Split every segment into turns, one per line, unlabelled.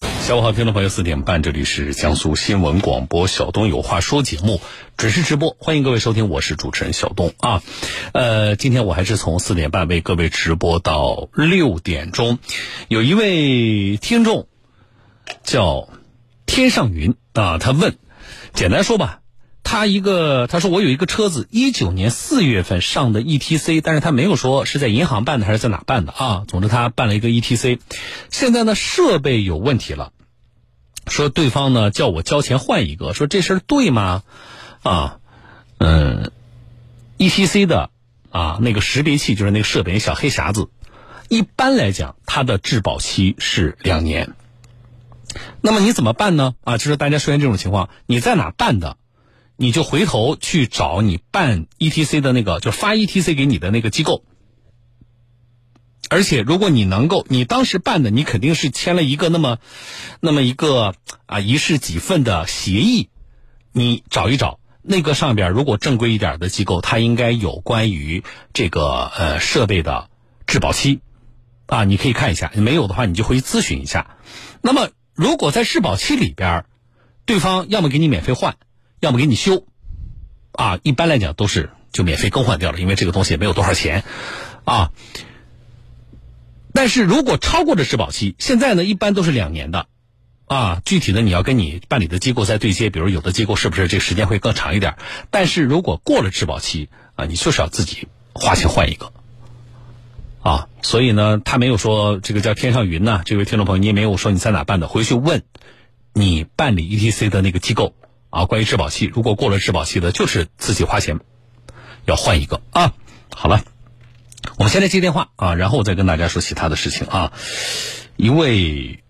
下午好，听众朋友，四点半，这里是江苏新闻广播《小东有话说》节目，准时直播，欢迎各位收听，我是主持人小东啊。呃，今天我还是从四点半为各位直播到六点钟。有一位听众叫天上云啊，他问，简单说吧，他一个他说我有一个车子，一九年四月份上的 ETC，但是他没有说是在银行办的还是在哪办的啊。总之他办了一个 ETC，现在呢设备有问题了，说对方呢叫我交钱换一个，说这事儿对吗？啊，嗯，ETC 的啊那个识别器就是那个设备小黑匣子，一般来讲它的质保期是两年。那么你怎么办呢？啊，就是大家出现这种情况，你在哪办的，你就回头去找你办 ETC 的那个，就发 ETC 给你的那个机构。而且，如果你能够，你当时办的，你肯定是签了一个那么，那么一个啊一式几份的协议，你找一找那个上边，如果正规一点的机构，它应该有关于这个呃设备的质保期，啊，你可以看一下，没有的话你就回去咨询一下。那么如果在质保期里边儿，对方要么给你免费换，要么给你修，啊，一般来讲都是就免费更换掉了，因为这个东西也没有多少钱，啊。但是如果超过了质保期，现在呢一般都是两年的，啊，具体的你要跟你办理的机构再对接，比如有的机构是不是这个时间会更长一点儿？但是如果过了质保期啊，你就是要自己花钱换一个。啊，所以呢，他没有说这个叫天上云呐、这位听众朋友，你也没有说你在哪办的，回去问你办理 ETC 的那个机构啊，关于质保期，如果过了质保期的，就是自己花钱要换一个啊。好了，我们先来接电话啊，然后我再跟大家说其他的事情啊。一位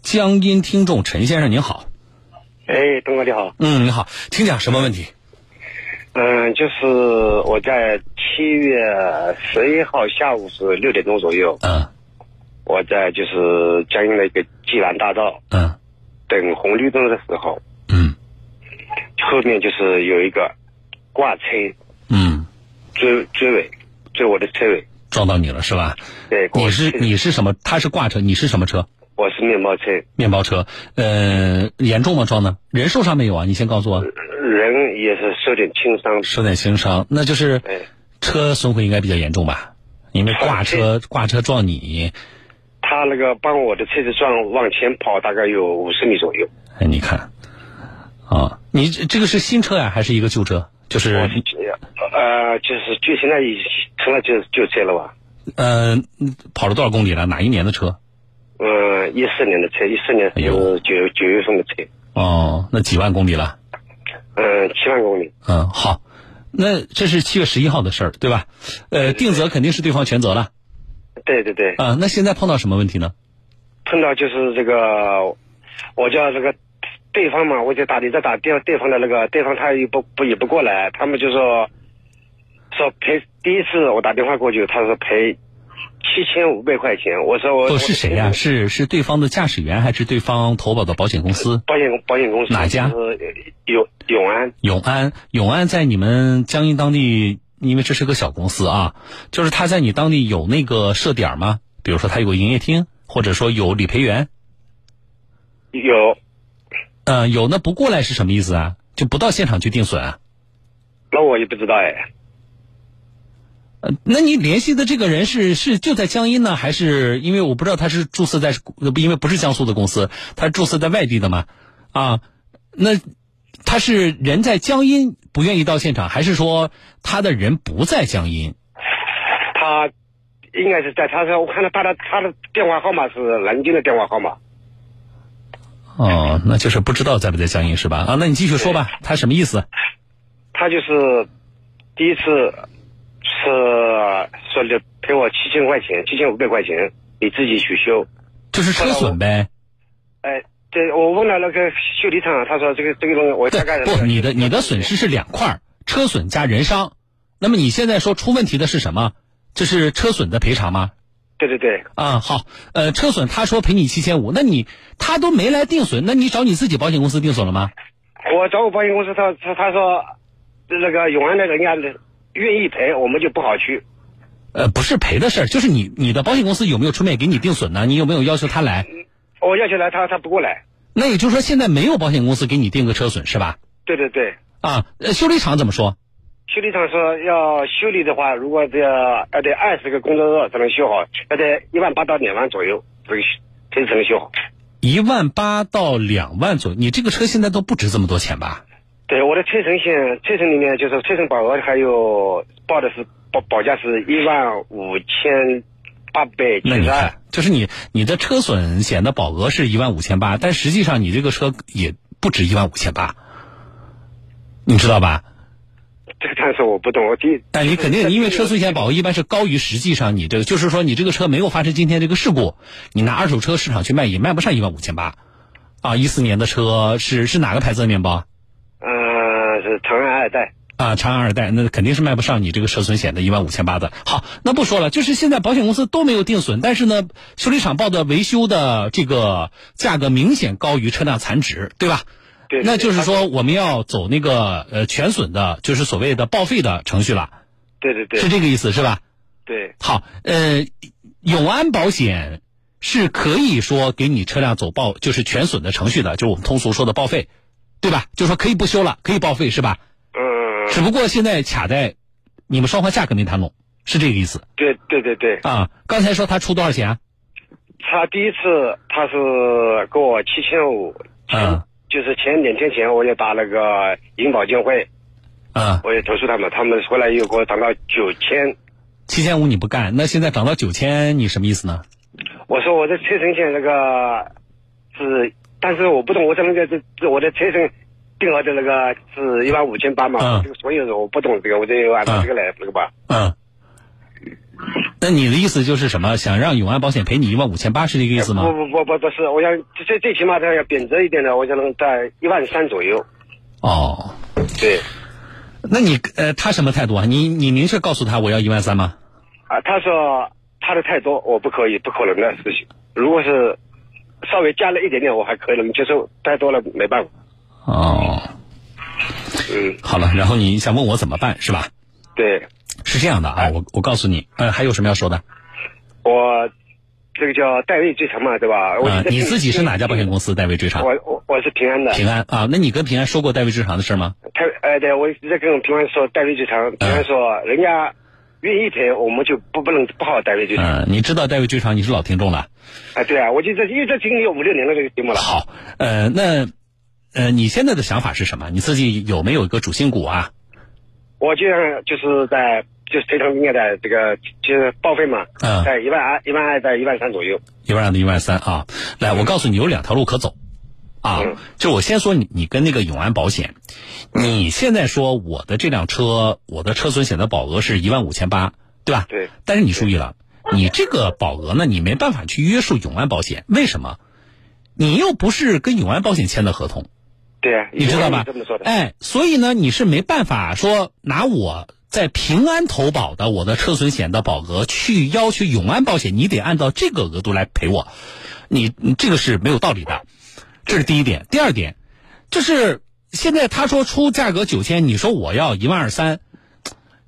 江阴听众陈先生您好，
哎，东哥你好，
嗯，你好，请讲什么问题？
嗯，就是我在七月十一号下午是六点钟左右，
嗯
我在就是江阴的一个济南大道
嗯
等红绿灯的时候，
嗯
后面就是有一个挂车
嗯，
追追尾，追我的车尾，
撞到你了是吧？
对，
你是
过去
你是什么？他是挂车，你是什么车？
我是面包车，
面包车，呃，严重吗？撞的？人受伤没有啊？你先告诉我，
人也是受点轻伤，
受点轻伤，那就是
对，
车损毁应该比较严重吧？因为挂车挂车撞你，
他那个帮我的车子撞往前跑大概有五十米左右，
哎，你看，啊，你这这个是新车呀、还是一个旧车？就
我
是
是呃，就是就现在已成了就就车了吧。
呃，跑了多少公里了？哪一年的车？
嗯，一四年的车，一四年
哎呦
是九九月份的车，
哦，那几万公里了？
嗯，七万公里，
嗯，好，那这是七月十一号的事儿，对吧？呃，定责肯定是对方全责了
对对对，
啊。那现在碰到什么问题呢？
碰到就是这个，我叫这个对方嘛，我就打你再打对对方的那个对方他也不不也不过来，他们就说说赔，第一次我打电话过去，他说赔七千五百块钱，我说我
不哦是谁呀、
我
是是对方的驾驶员，还是对方投保的保险公司？
保险保险公司
哪家
就是永永安，
永安，永安在你们江阴当地，因为这是个小公司啊，就是他在你当地有那个设点吗？比如说他有个营业厅，或者说有理赔员，
有
呃，有那不过来是什么意思啊？就不到现场去定损啊？
那我也不知道哎，
呃，那你联系的这个人是是就在江阴呢，还是因为我不知道他是注册在呃不，因为不是江苏的公司，他是注册在外地的嘛？啊，那他是人在江阴不愿意到现场，还是说他的人不在江阴？
他。应该是在他说，我看到他的他的电话号码是南京的电话号码，
哦，那就是不知道在不在江阴是吧？啊，那你继续说吧，他什么意思？
他就是第一次是说的赔我七千块钱，七千五百块钱，你自己去修。
就是车损呗。
哎，对，我问了那个修理厂，他说这个这个东西我大概
对，不，你的你的损失是两块儿，车损加人伤。那么你现在说出问题的是什么？这是车损的赔偿吗？
对对对，
啊，好，呃，车损他说赔你七千五，那你他都没来定损，那你找你自己保险公司定损了吗？
我找我保险公司，他他他说那个永安的人家愿意赔，我们就不好去。
呃，不是赔的事儿，就是你你的保险公司有没有出面给你定损呢？你有没有要求他来？
我要求来他他不过来，
那也就是说，现在没有保险公司给你定个车损是吧？
对对对，
啊，呃修理厂怎么说？
修理厂说要修理的话，如果这要得二十个工作日才能修好，要得一万八到两万左右，这个才才能修好。
一万八到两万左右，你这个车现在都不值这么多钱吧？
对，我的车程线车程里面就是车程保额还有报的是保保价是一万五千八百七
那你
十二，
看，就是你你的车损险的保额是一万五千八，但实际上你这个车也不止一万五千八，你知道吧？
这个参数我不懂，我第一
但你肯定因为车损险保额一般是高于实际上你这个，就是说你这个车没有发生今天这个事故，你拿二手车市场去卖也卖不上一万五千八，啊，一四年的车是是哪个牌子的面包？
嗯是长安二代，
啊，长安二代那肯定是卖不上你这个车损险的一万五千八的。好，那不说了，就是现在保险公司都没有定损，但是呢，修理厂报的维修的这个价格明显高于车辆残值，对吧？
对，
那就是
他
说我们要走那个呃全损的，就是所谓的报废的程序了，
对对对
是这个意思是吧？
对
好，呃，永安保险是可以说给你车辆走报就是全损的程序的，就是我们通俗说的报废，对吧？就说可以不修了，可以报废是吧？
嗯
只不过现在卡在你们双方价格没谈拢，是这个意思
对对对对，
啊。刚才说他出多少钱啊？
他第一次他是给我七千五，
嗯
就是前两天前我也打了个银保监会，
啊，
我也投诉他们，他们后来又给我涨到九千。
七千五你不干，那现在涨到九千，你什么意思呢？
我说我的车程险那个是，但是我不懂，我在那个这这我的车程定额的那个是一万五千八嘛，
嗯
这个所有的我不懂这个，我就
啊
按照这个来那个吧。
嗯，那你的意思就是什么？想让永安保险赔你一万五千八，是这个意思
不
吗？
不不不不是，我想最最起码它要贬值一点的，我想能在一万三左右。
哦，
对，
那你呃，他什么态度啊？你你明确告诉他我要一万三吗？
啊，他说他的太多，我不可以，不可能的事情。如果是稍微加了一点点，我还可以能接受，太多了没办法。
哦，
嗯，
好了，然后你想问我怎么办是吧？
对
是这样的
哎
啊，我我告诉你，呃，还有什么要说的？
我这个叫代位追偿嘛，对吧？我
啊、
现在
你自己是哪家保险公司代为追偿？
我我我是平安的，
平安啊，那你跟平安说过代位追偿的事吗？
他呃，对我一直在跟平安说代位追偿，
嗯
平安说人家愿意赔，我们就不不能不好代位追偿。
嗯、你知道代位追偿，你是老听众了。
啊，对啊，我就这因为这经历有五六年了这个节目了。
好，呃，那呃，你现在的想法是什么？你自己有没有一个主心骨啊？
我就像就是在就是非常应该的这个就是报废嘛，
嗯
在一万二一万二到一万三左右。
一万二到一万三啊！来，我告诉你，有两条路可走啊
嗯。
就我先说你，你跟那个永安保险，你现在说我的这辆车，我的车损险的保额是一万五千八，对吧？
对。
但是你注意了，你这个保额呢，你没办法去约束永安保险，为什么？你又不是跟永安保险签的合同，
对啊，
你知道吧
以前我们这么说？的。
哎，所以呢，你是没办法说拿我在平安投保的我的车损险的保额去要求永安保险，你得按照这个额度来赔我，你你这个是没有道理的，这是第一点。第二点，就是现在他说出价格九千，你说我要一万二三，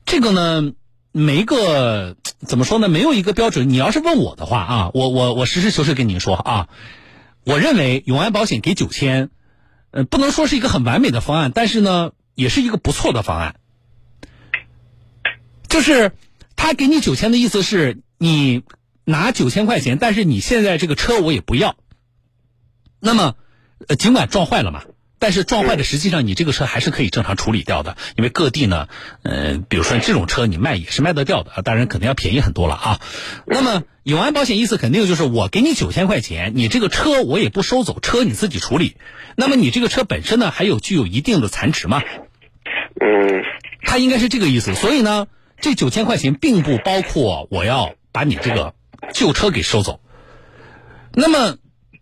这个呢，没一个怎么说呢？没有一个标准。你要是问我的话啊，我我我实事求是跟你说啊，我认为永安保险给九千，呃，不能说是一个很完美的方案，但是呢，也是一个不错的方案。就是他给你九千的意思是你拿九千块钱，但是你现在这个车我也不要。那么，呃，尽管撞坏了嘛，但是撞坏的实际上你这个车还是可以正常处理掉的，因为各地呢，呃，比如说这种车你卖也是卖得掉的，啊当然肯定要便宜很多了啊。那么永安保险意思肯定就是我给你九千块钱，你这个车我也不收走，车你自己处理。那么你这个车本身呢，还有具有一定的残值嘛，
嗯，
它应该是这个意思。所以呢，这九千块钱并不包括我要把你这个旧车给收走。那么，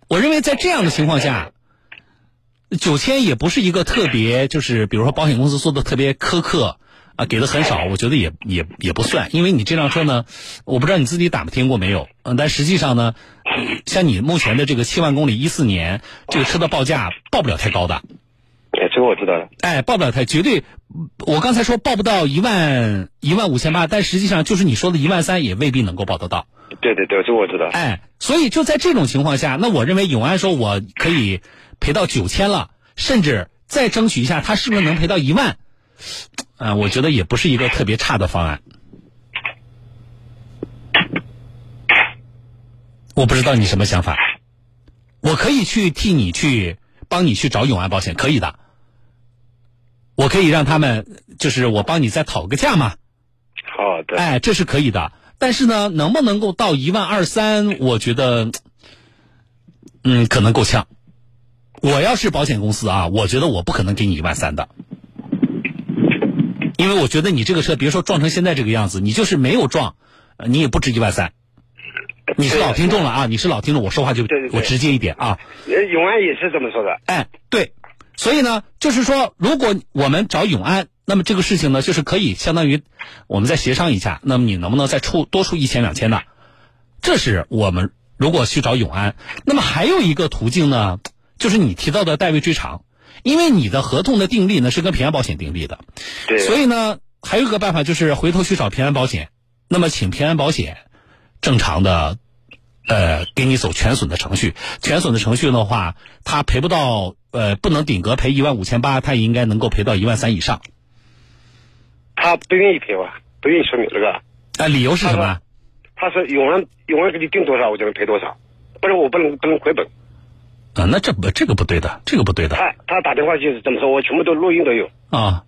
我认为在这样的情况下，九千也不是一个特别，就是比如说保险公司做的特别苛刻啊，给的很少，我觉得也也也不算，因为你这辆车呢，我不知道你自己打听过没有，嗯，但实际上呢，嗯像你目前的这个七万公里，一四年这个车的报价报不了太高的，
也是这个我知道了。
哎，报不了太，绝对。我刚才说报不到一万一万五千八，但实际上就是你说的一万三也未必能够报得到。
对对对，这个我知道。
哎，所以就在这种情况下，那我认为永安说我可以赔到九千了，甚至再争取一下，他是不是能赔到一万？啊、我觉得也不是一个特别差的方案。我不知道你什么想法，我可以去替你去帮你去找永安保险，可以的。我可以让他们，就是我帮你再讨个价嘛，
好的，
哎，这是可以的。但是呢，能不能够到一万二三，我觉得，嗯，可能够呛。我要是保险公司啊，我觉得我不可能给你一万三的，因为我觉得你这个车，别说撞成现在这个样子，你就是没有撞，呃你也不值一万三。
呃
你是老听众了啊，你是老听众，我说话就
对对对
我直接一点啊。
呃永安也是这么说的。
哎，对，所以呢，就是说，如果我们找永安，那么这个事情呢，就是可以相当于我们再协商一下，那么你能不能再出多出一千两千的？这是我们如果去找永安，那么还有一个途径呢，就是你提到的代位追偿，因为你的合同的订立呢是跟平安保险订立的，
对，
所以呢，还有一个办法就是回头去找平安保险，那么请平安保险正常的，呃，给你走全损的程序。全损的程序的话，它赔不到，呃，不能顶格赔一万五千八，它也应该能够赔到一万三以上。
他不愿意赔我，不愿意说明这个。
啊、理由是什么啊？
他说永安永安给你定多少，我就能赔多少，不然我不能不能回本。
啊、那这不这个不对的，这个不对的
他他打电话就是这么说，我全部都录音都有。
啊。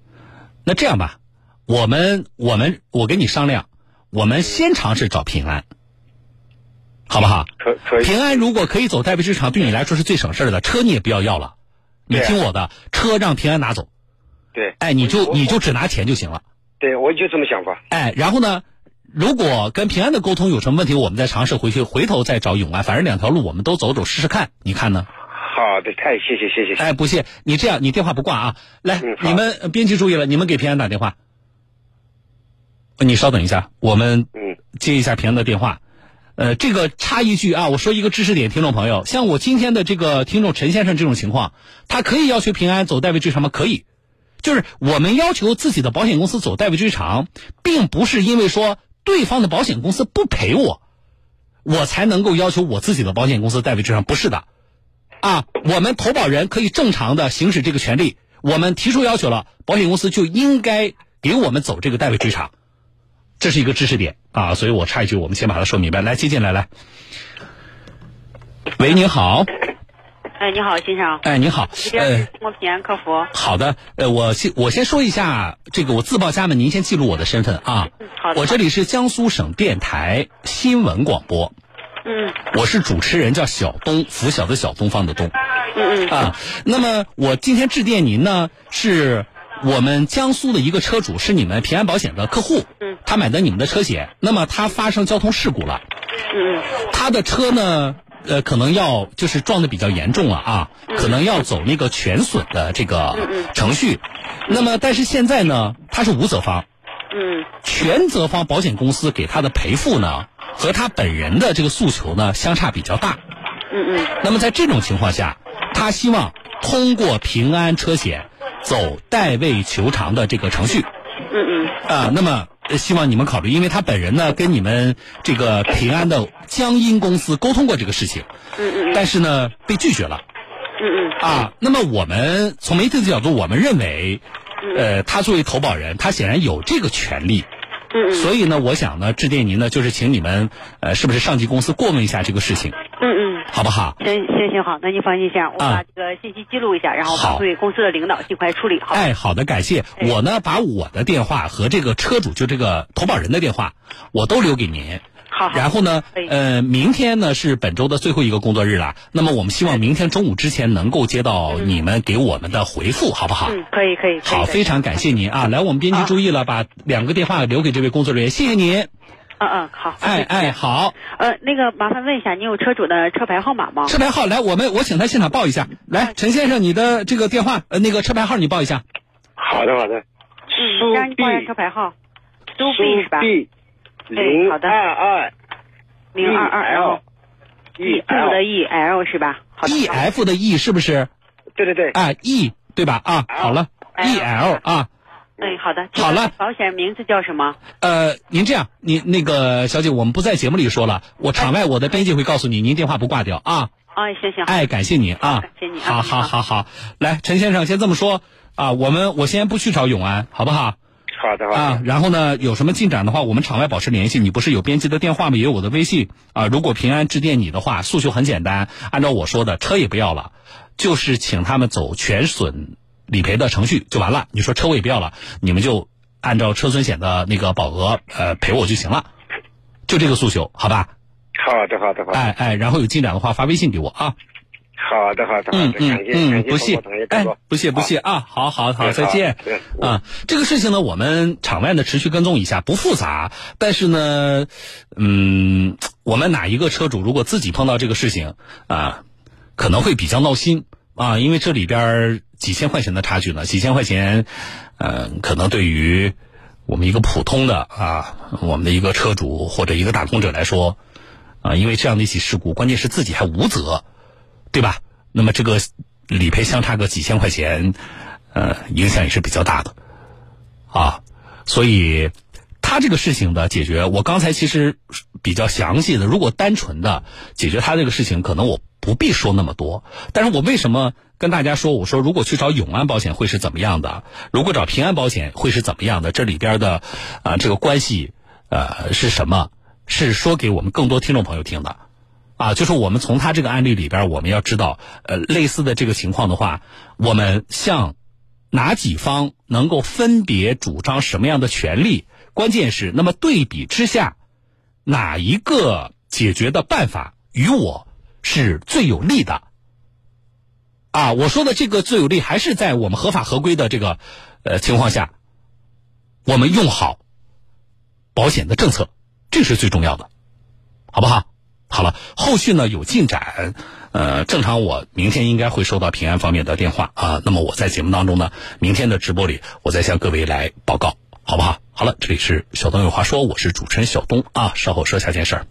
那这样吧，我们我们我跟你商量，我们先尝试找平安，好不好？
可可以，
平安如果可以走代位市场，对你来说是最省事儿的，车你也不要要了，你
对啊
听我的，车让平安拿走，
对，
哎，你就
我
你就只拿钱就行了，
对，我就这么想法。
哎，然后呢，如果跟平安的沟通有什么问题，我们再尝试回去，回头再找永安，反正两条路我们都走走试试看，你看呢？
好的，太谢谢谢谢。
哎，不谢，你这样你电话不挂啊，来，
嗯好
你们呃编辑注意了，你们给平安打电话，你稍等一下，我们
嗯，
接一下平安的电话。呃，这个插一句啊，我说一个知识点，听众朋友，像我今天的这个听众陈先生这种情况，他可以要求平安走代位追偿吗？可以，就是我们要求自己的保险公司走代位追偿，并不是因为说对方的保险公司不赔我，我才能够要求我自己的保险公司代位追偿，不是的，啊，我们投保人可以正常的行使这个权利，我们提出要求了，保险公司就应该给我们走这个代位追偿。这是一个知识点啊，所以我插一句，我们先把它说明白。来，接进来，来。喂，您好，
哎，你好，先生，
哎，您好，
这边
呃
是，中国平安客服。
好的，呃，我先我先说一下这个，我自报家门，您先记录我的身份啊。
嗯，好的。
我这里是江苏省电台新闻广播，
嗯
我是主持人，叫小东，拂晓的小，东方的东。
嗯嗯，
啊，那么我今天致电您呢，是我们江苏的一个车主，是你们平安保险的客户，
嗯
他买的你们的车险，那么他发生交通事故了，
嗯嗯，
他的车呢，呃，可能要就是撞的比较严重了啊，可能要走那个全损的这个程序，那么但是现在呢，他是无责方，
嗯
全责方保险公司给他的赔付呢，和他本人的这个诉求呢相差比较大，
嗯嗯，
那么在这种情况下，他希望通过平安车险走代位求偿的这个程序
嗯嗯，
啊、那么呃希望你们考虑，因为他本人呢跟你们这个平安的江阴公司沟通过这个事情，
嗯嗯
但是呢被拒绝了
嗯
啊。那么我们从媒体的角度，我们认为，呃，他作为投保人，他显然有这个权利。
嗯
所以呢，我想呢，致电您呢，就是请你们，呃，是不是上级公司过问一下这个事情，
嗯嗯
好不好？
嗯，行行行，好，那您放心，先生，我
啊
把这个信息记录一下，然后
好
把对公司的领导尽快处理，好吧。
哎，好的，感谢。
哎
我呢，把我的电话和这个车主，就这个投保人的电话，我都留给您。
好好。
然后呢
可以，
呃，明天呢是本周的最后一个工作日了。那么我们希望明天中午之前能够接到你们给我们的回复，好不好？
嗯，可以可以。可以
好，非。常感谢您啊！来，我们编辑
啊
注意了，把两个电话留给这位工作人员，谢谢您。
可以嗯嗯，好。
哎哎，。好，
呃，那个麻烦问一下，你有车主的车牌号码吗？
车牌号来，我们我请他现场报一下。
嗯
来，陈先生，你的这个电话，呃，那个车牌号你报一下。
好的好的。
嗯，先生，
苏
你
碧
报一下车牌号。苏 B 是
苏
吧？
B 零
哎好的
二二
零二二 L
E
柱
L
的 E L 是吧？好的。
E F 的 E 是不是？
对对对，
啊，E 对吧？啊，
L
好了
L
，E L 啊，
哎，好的。
好了
保险名字叫什么？
呃，您这样，您那个小姐，我们不在节目里说了，我场
嗯
外我的编辑会告诉你，您电话不挂掉啊。
哎，行行。
哎，感谢你啊，
感谢你啊
好好好好，来，陈先生先这么说啊，我们我先不去找永安，好不好？
好的，好的。
啊，然后呢，有什么进展的话，我们场外保持联系。你不是有编辑的电话吗？也有我的微信啊。如果平安致电你的话，诉求很简单，按照我说的，车也不要了，就是请他们走全损理赔的程序就完了。你说车我也不要了，你们就按照车损险的那个保额呃赔我就行了，就这个诉求，好吧？
好的，好的，好的，
哎哎，然后有进展的话发微信给我啊。
好的，好的，好
嗯
的，感
嗯
谢，
嗯，
感谢
不
冯
谢
博同学，嗯
哎
感谢，
不谢不谢啊，好好
哎
好，再见。
对
啊，这个事情呢，我们场外呢持续跟踪一下，不复杂。但是呢，嗯，我们哪一个车主如果自己碰到这个事情啊，可能会比较闹心啊，因为这里边儿几千块钱的差距呢，几千块钱，呃，可能对于我们一个普通的啊，我们的一个车主或者一个打工者来说，啊，因为这样的一起事故，关键是自己还无责，对吧？那么这个理赔相差个几千块钱，呃，影响也是比较大的啊。所以，他这个事情的解决，我刚才其实比较详细的，如果单纯的解决他这个事情，可能我不必说那么多。但是我为什么跟大家说，我说如果去找永安保险会是怎么样的，如果找平安保险会是怎么样的？这里边的啊、呃这个关系呃是什么？是说给我们更多听众朋友听的。啊，就是我们从他这个案例里边，我们要知道，呃，类似的这个情况的话，我们向哪几方能够分别主张什么样的权利？关键是，那么对比之下，哪一个解决的办法与我是最有利的？啊，我说的这个最有利，还是在我们合法合规的这个呃情况下，我们用好保险的政策，这是最重要的。好不好？好了，后续呢有进展，呃，正常我明天应该会收到平安方面的电话啊。那么我在节目当中呢，明天的直播里，我再向各位来报告，好不好？好了，这里是小东有话说，我是主持人小东啊，稍后说下件事儿。